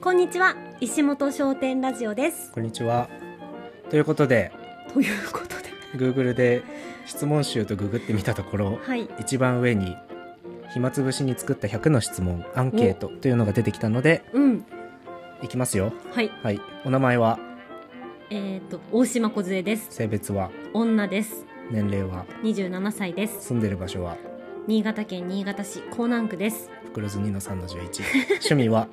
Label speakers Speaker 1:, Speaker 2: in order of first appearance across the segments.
Speaker 1: こんにちは石本商店ラジオです
Speaker 2: こんにちは。ということで、
Speaker 1: ということで
Speaker 2: Google で質問集とググってみたところ、
Speaker 1: はい
Speaker 2: 一番上に暇つぶしに作った100の質問、アンケートというのが出てきたので、
Speaker 1: うん
Speaker 2: いきますよ。
Speaker 1: はい
Speaker 2: はい。お名前は、
Speaker 1: えっ、と大島梢です
Speaker 2: 性別は、
Speaker 1: 女です
Speaker 2: 年齢は、
Speaker 1: 27歳です
Speaker 2: 住んでる場所は、
Speaker 1: 新潟県新潟市江南区です
Speaker 2: 袋図2の3の11。趣味は、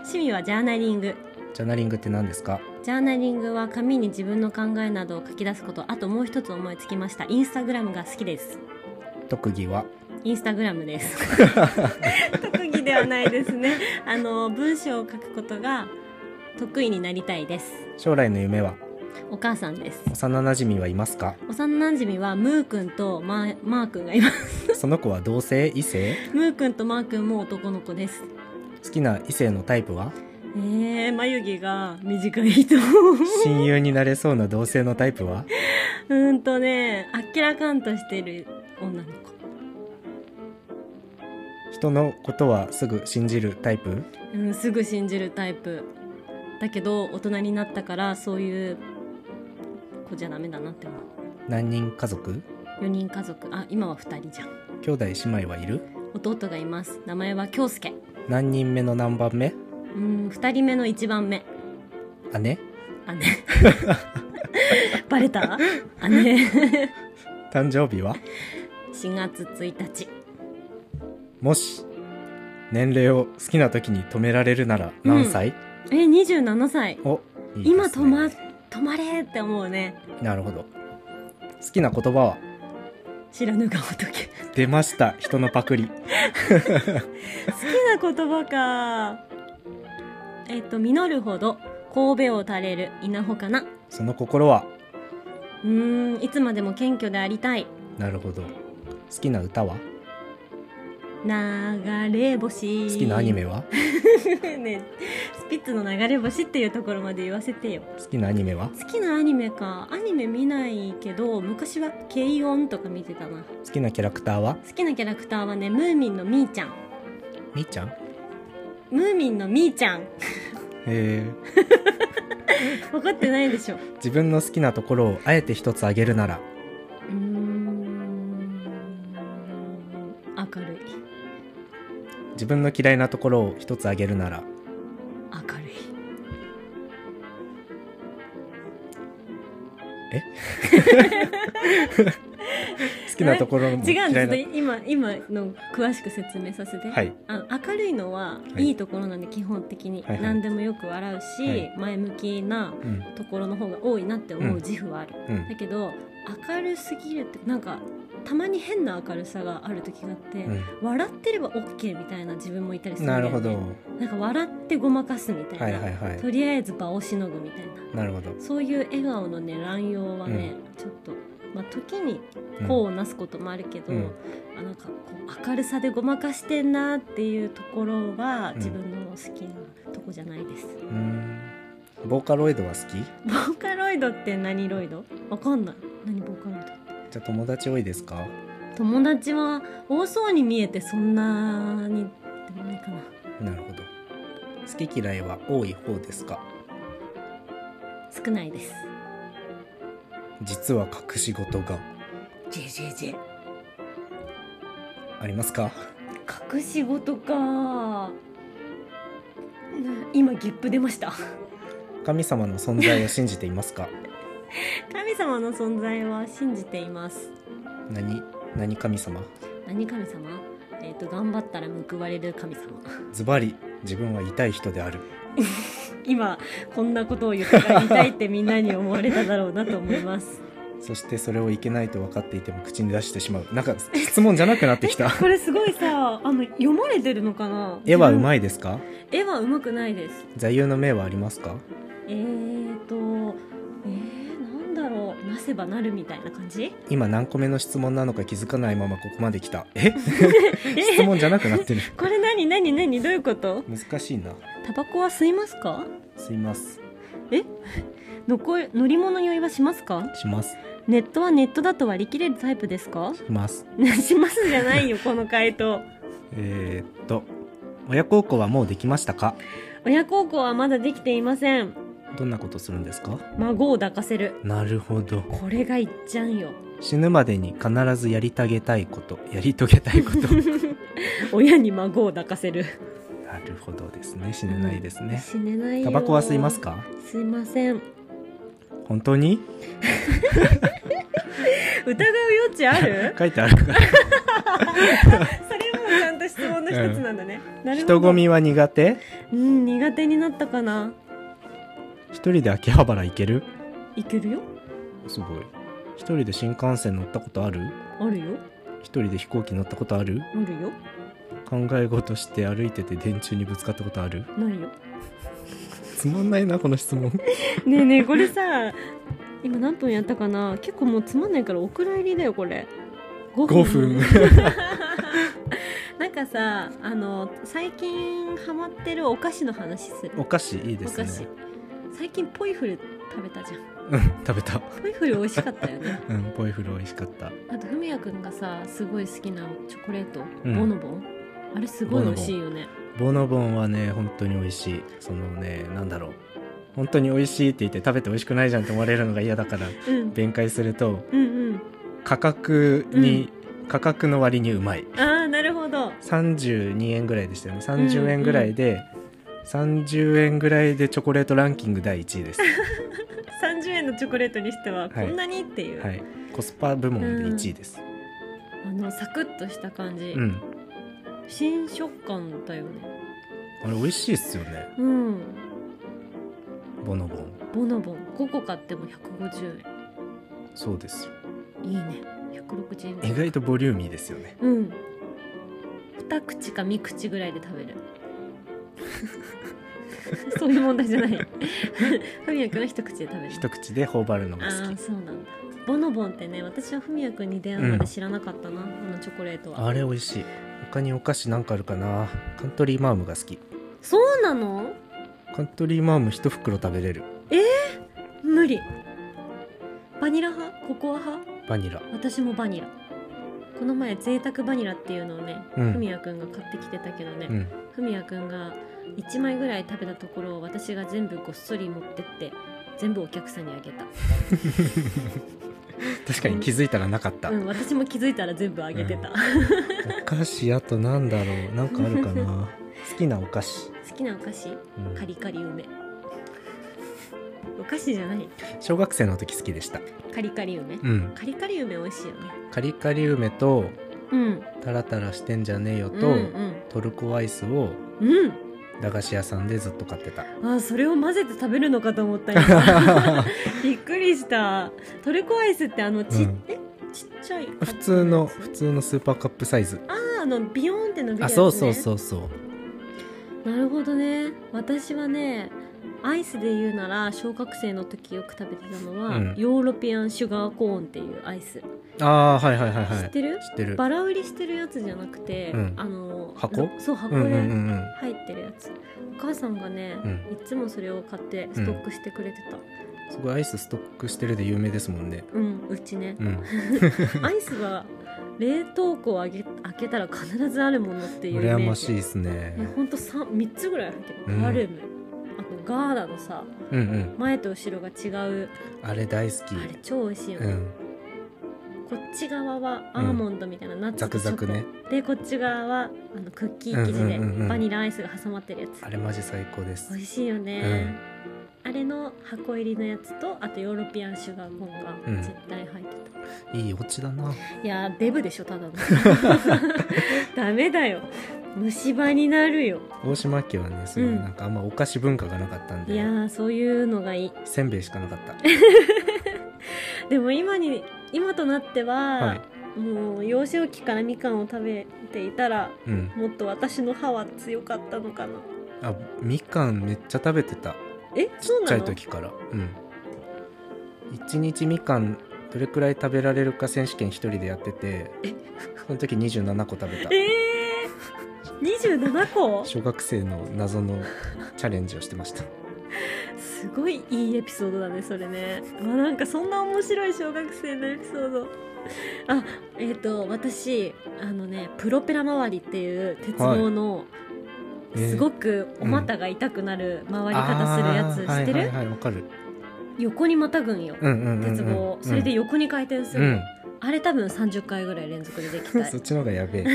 Speaker 1: 趣味はジャーナリング
Speaker 2: ジャーナリングって何ですか
Speaker 1: ジャーナリングは紙に自分の考えなどを書き出すことあともう一つ思いつきましたインスタグラムが好きです
Speaker 2: 特技は、
Speaker 1: インスタグラムです 特技ではないですねあの文章を書くことが得意になりたいです
Speaker 2: 将来の夢は、
Speaker 1: お母さんです
Speaker 2: 幼馴染はいますか
Speaker 1: 幼馴染はムー君とマーマー君がいます。
Speaker 2: その子は同性異性
Speaker 1: ムー君とマー君も男の子です。
Speaker 2: 好きな異性のタイプ は
Speaker 1: えー、眉毛が短い 人。う
Speaker 2: 親友になれそうな同性のタイプは
Speaker 1: ーんとね、あっけらかんとしてる女の子。
Speaker 2: 人のことはすぐ信じるタイプ
Speaker 1: うん、すぐ信じるタイプ。だけど、大人になったから、そういう子じゃダメだなって思う。
Speaker 2: 何人家族
Speaker 1: 4人家族。あ、今は2人じゃん。
Speaker 2: 兄弟姉妹はいる
Speaker 1: 弟がいます。名前は京介。
Speaker 2: 何人目の何番目
Speaker 1: うん、2人目の1番目。
Speaker 2: 姉
Speaker 1: 姉。バレた姉。
Speaker 2: 誕生日は
Speaker 1: 4月1日
Speaker 2: もし年齢を好きな時に止められるなら何歳、
Speaker 1: え27歳
Speaker 2: おいいですね
Speaker 1: 今止ま止まれって思うね
Speaker 2: なるほど好きな言葉は
Speaker 1: 知らぬ顔 とけ
Speaker 2: 出ました人のパクリ
Speaker 1: 好きな言葉かえっと実るほど神戸を垂れる稲穂かな
Speaker 2: その心は
Speaker 1: うーんいつまでも謙虚でありたい
Speaker 2: なるほど好きな歌は
Speaker 1: 流れ星
Speaker 2: 好きなアニメは
Speaker 1: ねスピッツの流れ星っていうところまで言わせてよ
Speaker 2: 好きなアニメは
Speaker 1: 好きなアニメかアニメ見ないけど昔は「ケイオン」とか見てたな
Speaker 2: 好きなキャラクターは
Speaker 1: 好きなキャラクターはねムーミンのみーちゃん
Speaker 2: みーちゃんへ
Speaker 1: ムーミンのみーちゃん
Speaker 2: え
Speaker 1: 分かってないでしょう
Speaker 2: 自分の好きなところをあえて一つあげるなら
Speaker 1: ーん明るい
Speaker 2: 自分の嫌いなところを一つあげるなら
Speaker 1: 明るい
Speaker 2: 好きなところも
Speaker 1: 違
Speaker 2: 嫌
Speaker 1: う
Speaker 2: い
Speaker 1: ん
Speaker 2: な
Speaker 1: です今今の詳しく説明させて、
Speaker 2: はい
Speaker 1: あ明るいのは
Speaker 2: はい
Speaker 1: いいところなんで基本的に、
Speaker 2: はいはい
Speaker 1: 何でもよく笑うし、
Speaker 2: はい
Speaker 1: 前向きな
Speaker 2: うん
Speaker 1: ところの方が多いなって思う自負はある、
Speaker 2: うん
Speaker 1: だけど明るすぎるってなんかたまに変な明るさがある時があって、
Speaker 2: う
Speaker 1: 笑ってれば OK みたいな自分もいたりするん
Speaker 2: ん、
Speaker 1: だ
Speaker 2: な
Speaker 1: よ
Speaker 2: る
Speaker 1: ね
Speaker 2: ほど
Speaker 1: なんか笑ってごまかすみたいな、
Speaker 2: はいはいはい
Speaker 1: とりあえず場をしのぐみたいな
Speaker 2: なるほど、
Speaker 1: そういう笑顔のね乱用はね、ちょっと、まあ、時に
Speaker 2: うん
Speaker 1: 功をなすこともあるけど、
Speaker 2: うん
Speaker 1: あなんかこう明るさでごまかしてんなっていうところが
Speaker 2: ん
Speaker 1: 自分の好きなとこじゃないです、
Speaker 2: うーんボーカロイドは好き
Speaker 1: ボーカロイドって何ロイドわかんない何ボーカロイド
Speaker 2: じゃあ友達多いですか
Speaker 1: 友達は多そうに見えてそんなにでもないかな
Speaker 2: なるほど好き嫌いは多い方ですか
Speaker 1: 少ないです
Speaker 2: 実は隠し事が
Speaker 1: ジェジェジェ
Speaker 2: ありますか
Speaker 1: 隠し事かな今ゲップ出ました
Speaker 2: 神様の存在を信じていますか
Speaker 1: 神様の存在は信じています
Speaker 2: 何何神様
Speaker 1: 何神様えっ、と頑張ったら報われる神様
Speaker 2: ズバリ自分は痛い人である
Speaker 1: 今こんなことを言ったら痛いってみんなに思われただろうなと思います
Speaker 2: そしてそれをいけないと分かっていても口に出してしまうなんか質問じゃなくなってき た
Speaker 1: これすごいさあの読まれてるのかな
Speaker 2: 絵はうま
Speaker 1: い
Speaker 2: いですか
Speaker 1: 絵はうまくないです
Speaker 2: 座右の銘はありますか
Speaker 1: えーとえー、なんだろうなせばなるみたいな感じ
Speaker 2: 今何個目の質問なのか気づかないままここまで来た え質
Speaker 1: え
Speaker 2: 問じゃなくなってる
Speaker 1: これ何何何どういうこと
Speaker 2: 難しいな
Speaker 1: タバコは吸いますか
Speaker 2: すいます
Speaker 1: のこ乗り物酔いはしますか
Speaker 2: します
Speaker 1: ネットはネットだと割り切れるタイプですか
Speaker 2: します
Speaker 1: しますじゃないよこの回答
Speaker 2: えー、っと親孝行はもうできましたか
Speaker 1: 親孝行はまだできていません
Speaker 2: どんなことするんですか
Speaker 1: 孫を抱かせる
Speaker 2: なるほど
Speaker 1: これがいっちゃんよ
Speaker 2: 死ぬまでに必ずやりたげたいことやり遂げたいこと
Speaker 1: 親に孫を抱かせる
Speaker 2: なるほどですね死ねないですね
Speaker 1: 死ねないよ
Speaker 2: タバコは吸いますか
Speaker 1: すいません
Speaker 2: 本当に
Speaker 1: 疑う余地あ る
Speaker 2: 書いてあるか
Speaker 1: それもちゃんと質問の一つなんだ ね、な
Speaker 2: ら
Speaker 1: るほど
Speaker 2: 人混みは苦手
Speaker 1: うん苦手になったかな
Speaker 2: 一人で秋葉原行ける
Speaker 1: いけるよ
Speaker 2: すごい一人で新幹線乗ったことある
Speaker 1: あるよ
Speaker 2: 一人で飛行機乗ったことある
Speaker 1: あるよ
Speaker 2: 考え事して歩いてて電柱にぶつかったことある
Speaker 1: ないよ
Speaker 2: つまんないなこの質 問
Speaker 1: ねえねえこれさ今何分やったかな結構もうつまんないからお蔵入りだよこれ
Speaker 2: 5分
Speaker 1: なんかさあの最近ハマってるお菓子の話する
Speaker 2: お菓子いいで
Speaker 1: お
Speaker 2: す
Speaker 1: 菓
Speaker 2: ね
Speaker 1: 子最近ポイフル食べたじゃん
Speaker 2: うん食べた
Speaker 1: ポイフル美味しかったよ ね
Speaker 2: うんポイフル美味しかった
Speaker 1: あとふみやくんがさすごい好きなチョコレート、
Speaker 2: うん
Speaker 1: ボノボンあれすごい美味しいよね
Speaker 2: ボノボンはね本当に美味しいそのねなんだろう本当に美味しいって言って食べて美味しくないじゃんって思われるのが嫌だから
Speaker 1: うん
Speaker 2: 弁解すると
Speaker 1: うんうん
Speaker 2: 価格に、価格の割にうまい
Speaker 1: ああなるほど
Speaker 2: 32円ぐらいでしたよね
Speaker 1: うん
Speaker 2: 30円ぐらいで、30円ぐらいでチョコレートランキング第1位です
Speaker 1: 30円のチョコレートにしてはこんなにっていう、
Speaker 2: はいコスパ部門で1位です
Speaker 1: あのサクッとした感じ、
Speaker 2: うん、
Speaker 1: 新食感だよね
Speaker 2: あれ美味しいっすよね
Speaker 1: うん
Speaker 2: ボノボン
Speaker 1: ボノボン5個買っても150
Speaker 2: そうですよ
Speaker 1: 円いいね160円ぐらい
Speaker 2: 意外とボリューミーですよね
Speaker 1: うん二口か三口ぐらいで食べる そういう問題じゃない ふみやくんは一口で食べる
Speaker 2: 一口で頬張るの
Speaker 1: あ
Speaker 2: が
Speaker 1: あ
Speaker 2: 好
Speaker 1: ー
Speaker 2: き
Speaker 1: そうなんだボノボンってね私はふみやくんに出会うまで知らなかったな、あのチョコレートは
Speaker 2: あれ美味しい他にお菓子なんかあるかなカントリーマームが好き
Speaker 1: そうなの
Speaker 2: カントリーマーム一袋食べれる
Speaker 1: 無理バニラ派ココア派
Speaker 2: バニラ
Speaker 1: 私もバニラこの前贅沢バニラっていうのをね
Speaker 2: うん
Speaker 1: ふみやくんが買ってきてたけどね、
Speaker 2: うん
Speaker 1: ふみやくんが1枚ぐらい食べたところを私が全部ごっそり持ってって全部お客さんにあげ
Speaker 2: 確かに気づいたらなかった、
Speaker 1: た、うん、私も気づいたら全部あげてた、
Speaker 2: お菓子あとなんだろうなんかあるか な好きなお菓子、
Speaker 1: 好きなお菓子
Speaker 2: うん
Speaker 1: カリカリ梅お菓子じゃない
Speaker 2: 小学生の時好きでした
Speaker 1: カリカリ梅
Speaker 2: うん
Speaker 1: カリカリ梅美味しいよね
Speaker 2: カリカリ梅と
Speaker 1: うん
Speaker 2: タラタラしてんじゃねえよと、
Speaker 1: うん
Speaker 2: トルコアイスを
Speaker 1: うん、うん
Speaker 2: 駄菓子屋さんでずっと買って た
Speaker 1: あーそれを混ぜて食べるのかと思った今 びっくりしたトルコアイスってあのち,、
Speaker 2: うん
Speaker 1: えちっちゃい
Speaker 2: 普通の普通のスーパーカップサイズ
Speaker 1: あーあのビヨーンって伸びるや
Speaker 2: あ
Speaker 1: つ、ね、
Speaker 2: そうそうそうそう
Speaker 1: なるほどね私はねアイスで言うなら小学生の時よく食べてたのは、
Speaker 2: うん
Speaker 1: ヨーロピアンシュガーコーンっていうアイス、
Speaker 2: ああーはいはいはいはい
Speaker 1: 知ってる
Speaker 2: 知ってる
Speaker 1: バラ売りしてるやつじゃなくて、
Speaker 2: うん
Speaker 1: あの
Speaker 2: 箱
Speaker 1: そう箱
Speaker 2: うんうんう
Speaker 1: で
Speaker 2: んうん
Speaker 1: 入ってるやつ、お母さんがね、
Speaker 2: う
Speaker 1: いつもそれを買ってストックしてくれてた
Speaker 2: すごいアイスストックしてるで有名ですもんね
Speaker 1: うん、うちね
Speaker 2: うん
Speaker 1: アイスは冷凍庫をあげ開けたら必ずあるものっていう
Speaker 2: 羨ましい
Speaker 1: い
Speaker 2: ですね
Speaker 1: ほんと 3, 3つぐらい入ってる、
Speaker 2: うん
Speaker 1: ガルムあとガーラのさ
Speaker 2: うんうん
Speaker 1: 前と後ろが違う
Speaker 2: あれ大好き
Speaker 1: あれ超美味しいよ
Speaker 2: う
Speaker 1: ね、
Speaker 2: ん
Speaker 1: こっち側はアーモンドみたいな、ナッツと
Speaker 2: ザ
Speaker 1: チ
Speaker 2: ク
Speaker 1: ョ
Speaker 2: ザ
Speaker 1: コ
Speaker 2: クね
Speaker 1: でこっち側はあのクッキー生地で
Speaker 2: うんうんうんうん
Speaker 1: バニラアイスが挟まってるやつ、
Speaker 2: あれマジ最高です
Speaker 1: 美味しいよね、あれの箱入りのやつとあとヨーロピアンシュガーコーンが絶対入ってた、
Speaker 2: いいオチだない
Speaker 1: やーデブでしょ ただのダメだよ虫歯になるよ
Speaker 2: 大島家はねそういう
Speaker 1: うん
Speaker 2: なんかあんまお菓子文化がなかったん
Speaker 1: い
Speaker 2: で、
Speaker 1: やーそういうのがいい
Speaker 2: せんべいしかなかった
Speaker 1: でも今に今となっては、
Speaker 2: はい
Speaker 1: もう幼少期からみかんを食べていたら
Speaker 2: うん
Speaker 1: もっと私の歯は強かったのかな
Speaker 2: あみかんめっちゃ食べてた
Speaker 1: え
Speaker 2: ち
Speaker 1: そう
Speaker 2: っち
Speaker 1: な
Speaker 2: ゃ
Speaker 1: いの
Speaker 2: 時からうん一日みかんどれくらい食べられるか選手権一人でやっててその時27個食べた
Speaker 1: えー、27個
Speaker 2: 小学生の謎のチャレンジをしてました
Speaker 1: すごいいいエピソードだねそれねわなんかそんな面白い小学生のエピソードあえっ、と私あのねプロペラ周りっていう鉄道の
Speaker 2: えー
Speaker 1: すごくお股が痛くなる回り方するやつ
Speaker 2: あー
Speaker 1: 知ってる、
Speaker 2: はいはいはいわかる
Speaker 1: 横にまたぐんよ、
Speaker 2: うんうんうんうん
Speaker 1: 鉄棒をそれで横に回転す
Speaker 2: う
Speaker 1: るの、
Speaker 2: ん、
Speaker 1: あれ多分30回ぐらい連続でできた
Speaker 2: そっちの方がやべえ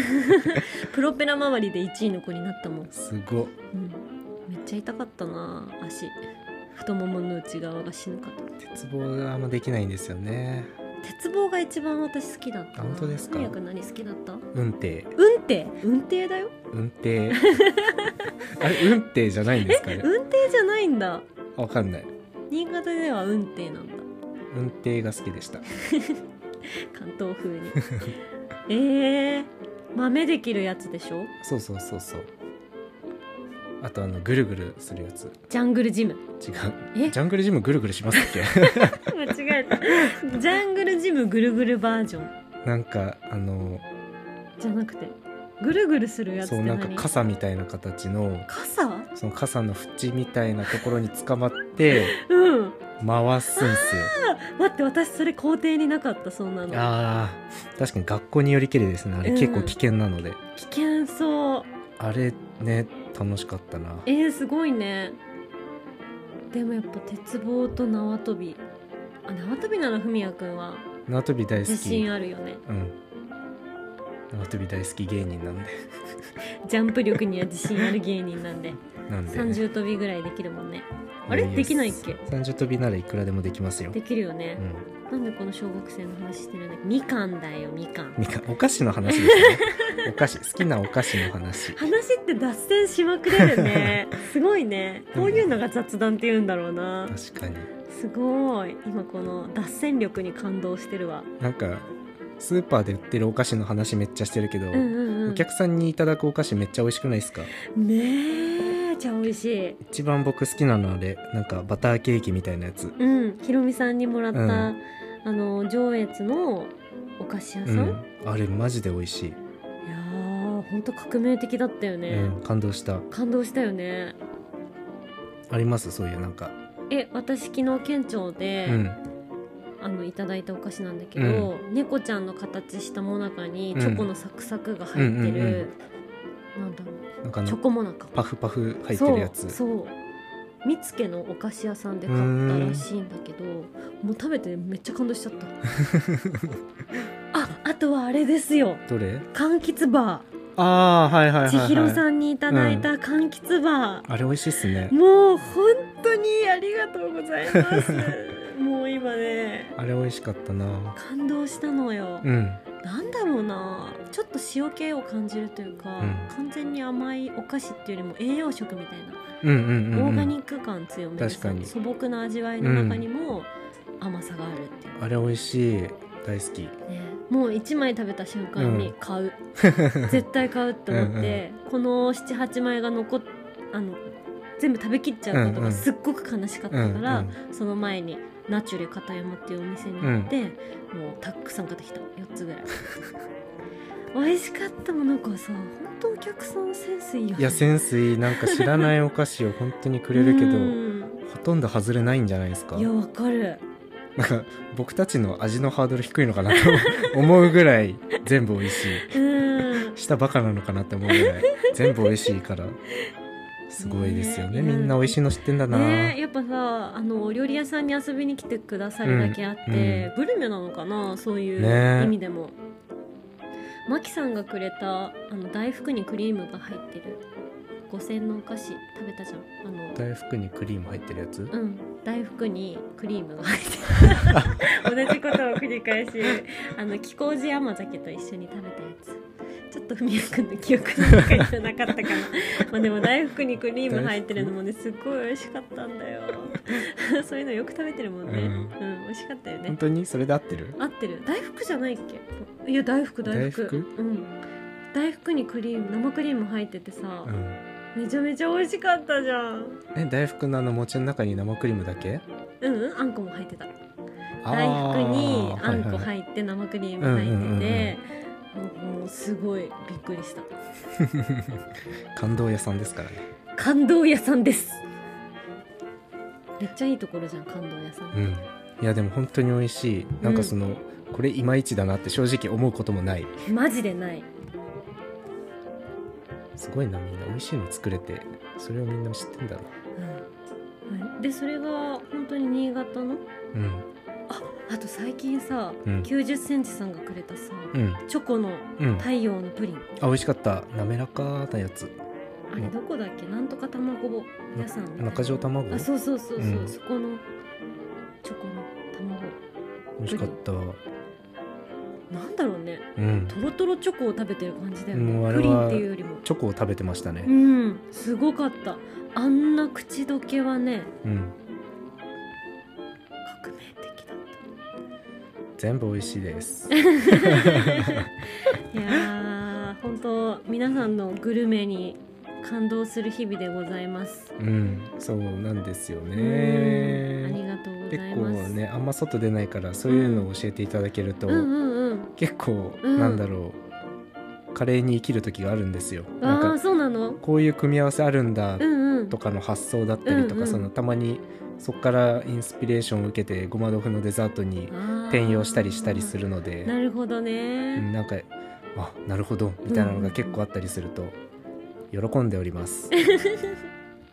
Speaker 1: プロペラ周りで1位の子になったもん、
Speaker 2: すごっ
Speaker 1: うん、めっちゃ痛かったな足太ももの内側が死ぬかと
Speaker 2: 鉄棒があんまできないんですよね
Speaker 1: 鉄棒が一番私好きだったな
Speaker 2: あ本当ですか
Speaker 1: 早く何好きだった
Speaker 2: 運転
Speaker 1: 運転運転だよ
Speaker 2: 運転あれ運転じゃないんですかね
Speaker 1: 運転じゃないんだ
Speaker 2: わかんない
Speaker 1: 新潟では運転なんだ
Speaker 2: 運転が好きでした
Speaker 1: 関東風 にえー、豆できるやつでしょ
Speaker 2: そうそうそうそうあとあのぐるぐるするやつ
Speaker 1: ジャングルジム
Speaker 2: 違う
Speaker 1: え
Speaker 2: ジャングルジムぐるぐるしますっけ
Speaker 1: 間違えたジャングルジムぐるぐるバージョン
Speaker 2: なんかあの
Speaker 1: じゃなくてぐるぐるするやつっ
Speaker 2: そ
Speaker 1: て
Speaker 2: うなん
Speaker 1: 何
Speaker 2: か傘みたいな形の
Speaker 1: 傘
Speaker 2: その傘の縁みたいなところに捕まって
Speaker 1: うん
Speaker 2: 回すん すよ
Speaker 1: 待って私それ校庭になかったそんなの
Speaker 2: あー確かに学校によりけりですねあれ
Speaker 1: うん
Speaker 2: 結構危険なので、
Speaker 1: 危険そう
Speaker 2: あれね楽しかったな
Speaker 1: えー、すごいねでもやっぱ鉄棒と縄跳びあ縄跳びならふみやくんは
Speaker 2: 縄跳び大好
Speaker 1: 自
Speaker 2: き
Speaker 1: 信あるよね
Speaker 2: うん縄跳び大好き芸人なんで
Speaker 1: ジャンプ力には自信ある芸人なん で
Speaker 2: なんで、
Speaker 1: 30跳びぐらいできるもんねあれできないっけ
Speaker 2: 三十跳びならいくらでもできますよ
Speaker 1: できるよね
Speaker 2: う、ん
Speaker 1: なんでこの小学生の話してるんだっけみかんだよみかん
Speaker 2: みかんお菓子の話 ですねお菓子好きなお菓子の話
Speaker 1: 話って脱線しまくれる ねすごいねこういうのが雑談って言うんだろうな
Speaker 2: 確かに
Speaker 1: すごい今この脱線力に感動してるわ
Speaker 2: なんかスーパーで売ってるお菓子の話めっちゃしてるけど、
Speaker 1: うんうんう
Speaker 2: お
Speaker 1: ん
Speaker 2: 客さんにいただくお菓子めっちゃ美味しくないですか
Speaker 1: ねえじゃあ美味しい
Speaker 2: 一番僕好きなのでなんかバターケーキみたいなやつ
Speaker 1: うんひろみさんにもらった、
Speaker 2: うん
Speaker 1: あの上越のお菓子屋さ、
Speaker 2: うん
Speaker 1: い
Speaker 2: んあれマジで美味しい、
Speaker 1: やーほんと革命的だったよね、
Speaker 2: うん感動した
Speaker 1: 感動したよね
Speaker 2: ありますそういうなんか
Speaker 1: え私昨日県庁で、
Speaker 2: うん
Speaker 1: あのいただいたお菓子なんだけど、猫ちゃんの形したもなかにチョコのサクサクが入ってる、なんだろ
Speaker 2: なんかあ
Speaker 1: うチ
Speaker 2: の
Speaker 1: ョコもなか
Speaker 2: パフパフ入ってるやつ
Speaker 1: そうそう見つけのお菓子屋さんで買ったらしいんだけどもう食べてめっちゃ感動しちゃった ああとはあれですよ
Speaker 2: どれ
Speaker 1: 柑橘バ
Speaker 2: ああーはいはいは
Speaker 1: ー
Speaker 2: い、
Speaker 1: 千
Speaker 2: はい、
Speaker 1: 尋さんにいただいた柑橘バー、
Speaker 2: あれ美味しいっすね
Speaker 1: もう本当にありがとうございます もう今ね
Speaker 2: あれ美味しかったな
Speaker 1: 感動したのよ、
Speaker 2: うん
Speaker 1: なんだろうなちょっと塩気を感じるというか、
Speaker 2: うん
Speaker 1: 完全に甘いお菓子っていうよりも栄養食みたいな
Speaker 2: うんうんうん、うん、
Speaker 1: オーガニック感強めで
Speaker 2: 確かに
Speaker 1: 素朴な味わいの中にも甘さがあるっていう、
Speaker 2: あれ美味しい大好き
Speaker 1: ね、もう1枚食べた瞬間
Speaker 2: う
Speaker 1: に
Speaker 2: ん
Speaker 1: 買 う、絶対買うって思ってこの78枚が残っあの全部食べきっちゃうこと
Speaker 2: うんう
Speaker 1: が
Speaker 2: ん
Speaker 1: すっごく悲しかった
Speaker 2: うん
Speaker 1: から、
Speaker 2: うん
Speaker 1: その前にナチュレ片山っていうお店に行って、もうたくさん買ってきた4つぐらい 美味しかったもんなんかさ本当お客さんセンスいいよね
Speaker 2: いやセンスいいなんか知らないお菓子を本当にくれるけ
Speaker 1: う
Speaker 2: ど
Speaker 1: ん
Speaker 2: ほとんど外れないんじゃないですか
Speaker 1: いやわかる
Speaker 2: なんか僕たちの味のハードル低いのかなと 思うぐらい全部美味し
Speaker 1: うん
Speaker 2: い舌バカなのかなって思うぐらい全部美味しいからすごいですよね
Speaker 1: ねえ
Speaker 2: みんな美味しいの知ってんだな、
Speaker 1: ねえやっぱさあのお料理屋さんに遊びに来てくださるだけあって、
Speaker 2: うんう
Speaker 1: グルメなのかなそうい
Speaker 2: ね
Speaker 1: う
Speaker 2: え
Speaker 1: 意味でも、マキさんがくれたあの大福にクリームが入ってる五千のお菓子食べたじゃんあの
Speaker 2: 大福にクリーム入ってるやつ
Speaker 1: うん大福にクリームが入って る同じことを繰り返しあの気候寺甘酒と一緒に食べたやつちょっと文也君の記憶の中にじゃなかった かなまあでも大福にクリーム入ってるのもねすっごい美味しかったんだよ そういうのよく食べてるもんね、う
Speaker 2: うん
Speaker 1: ん美味しかったよ
Speaker 2: 本
Speaker 1: ね
Speaker 2: 当にそれで合ってる
Speaker 1: 合ってる大福じゃないっけいや大福大福
Speaker 2: 大福
Speaker 1: うん大福にクリーム生クリーム入っててさ
Speaker 2: う、ん
Speaker 1: めちゃめちゃ美味しかったじゃん
Speaker 2: え大福のあの餅の中に生クリームだけ
Speaker 1: うんうんあんこも入ってた
Speaker 2: あ
Speaker 1: 大
Speaker 2: ー
Speaker 1: 福にあんこ
Speaker 2: はいはい
Speaker 1: 入って生クリーム入
Speaker 2: うんうんうんうん
Speaker 1: っててもうもうすごいびっくりした
Speaker 2: 感動屋さんですからね
Speaker 1: 感動屋さんですめっちゃいいところじゃん感動屋さん、
Speaker 2: うん、いやでも本当に美味しいなんかその、これいまいちだなって正直思うこともない
Speaker 1: マジでない
Speaker 2: すごいなみんな美味しいの作れてそれをみんな知ってんだな
Speaker 1: うんはい、でそれが本当に新潟の
Speaker 2: うん
Speaker 1: ああと最近さ、
Speaker 2: うん
Speaker 1: 9 0ンチさんがくれたさ、
Speaker 2: うん
Speaker 1: チョコの
Speaker 2: うんあ
Speaker 1: 太陽のプリン、
Speaker 2: 美味しかった滑らかなやつ
Speaker 1: あれどこだっけなんとか卵屋さんみたいな
Speaker 2: 中条卵
Speaker 1: あ
Speaker 2: 美
Speaker 1: そうそうそうそう、
Speaker 2: うん
Speaker 1: そこのチョコの卵
Speaker 2: 味しかったわ
Speaker 1: なんだろうね
Speaker 2: うん
Speaker 1: とろとろチョコを食べてる感じだよ
Speaker 2: もうあ
Speaker 1: ね
Speaker 2: れ
Speaker 1: プリン
Speaker 2: は
Speaker 1: っていうよりも
Speaker 2: チョコを食べてました
Speaker 1: う
Speaker 2: ね
Speaker 1: んすごかったあんな口どけはね
Speaker 2: うん
Speaker 1: 革命的だっ
Speaker 2: 全部美味し いです
Speaker 1: たい やー本当皆さんのグルメに感動する日々でございます
Speaker 2: うんそうなんですよ
Speaker 1: うんあり
Speaker 2: ね
Speaker 1: がとうご
Speaker 2: 結
Speaker 1: ざい
Speaker 2: 構
Speaker 1: ます
Speaker 2: ねあんま外出ないからそういうのを教えていただけると、
Speaker 1: うんうんうん
Speaker 2: 結構、
Speaker 1: うん
Speaker 2: なんだろうカレーに生きる時があるんですよなん
Speaker 1: あ
Speaker 2: か
Speaker 1: あそうなの
Speaker 2: こういう組み合わせあるんだ
Speaker 1: うんうん
Speaker 2: とかの発想だったりとか、
Speaker 1: うんうん
Speaker 2: そのたまにそこからインスピレーションを受けてごま豆腐のデザートに
Speaker 1: あー
Speaker 2: 転用したりしたりするので
Speaker 1: なるほど
Speaker 2: うん
Speaker 1: ね
Speaker 2: なんかあなるほどみたいなのが結構あったりすると喜んでお ります、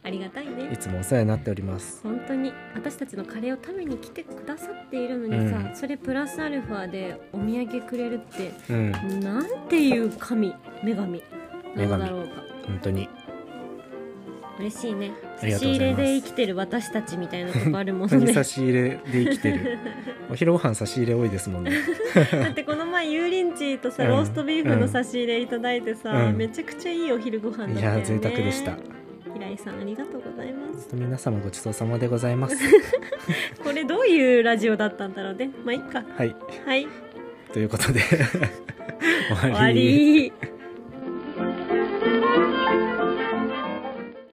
Speaker 1: ありがたい
Speaker 2: い
Speaker 1: ね
Speaker 2: つもお世話になっております
Speaker 1: 本当に私たちのカレーを食べに来てくださっているのにさ、
Speaker 2: うん
Speaker 1: それプラスアルファでお土産くれるって
Speaker 2: うん
Speaker 1: なんていう神女神なのだろうか
Speaker 2: 本当に
Speaker 1: 嬉しいね
Speaker 2: あり
Speaker 1: 差
Speaker 2: が
Speaker 1: し
Speaker 2: とうご
Speaker 1: 入
Speaker 2: ざ
Speaker 1: れ
Speaker 2: います
Speaker 1: で生きてる私たちみたいなとこあるも
Speaker 2: 本
Speaker 1: ん
Speaker 2: 当 に
Speaker 1: ね
Speaker 2: 差し入れで生き てるお昼ご飯差し入れ多いですもんね
Speaker 1: だってこの前油淋鶏とさ、
Speaker 2: うん
Speaker 1: ローストビーフの差し入れいただいてさ、
Speaker 2: うん
Speaker 1: めちゃくちゃいいお昼ご飯だったよね
Speaker 2: いや贅沢でした
Speaker 1: 平井さんありがとうございます
Speaker 2: 皆様ごちそうさまでございます
Speaker 1: これどういうラジオだったんだろうねまあいっか
Speaker 2: はい
Speaker 1: はい
Speaker 2: ということで終
Speaker 1: 終
Speaker 2: わ
Speaker 1: わり
Speaker 2: り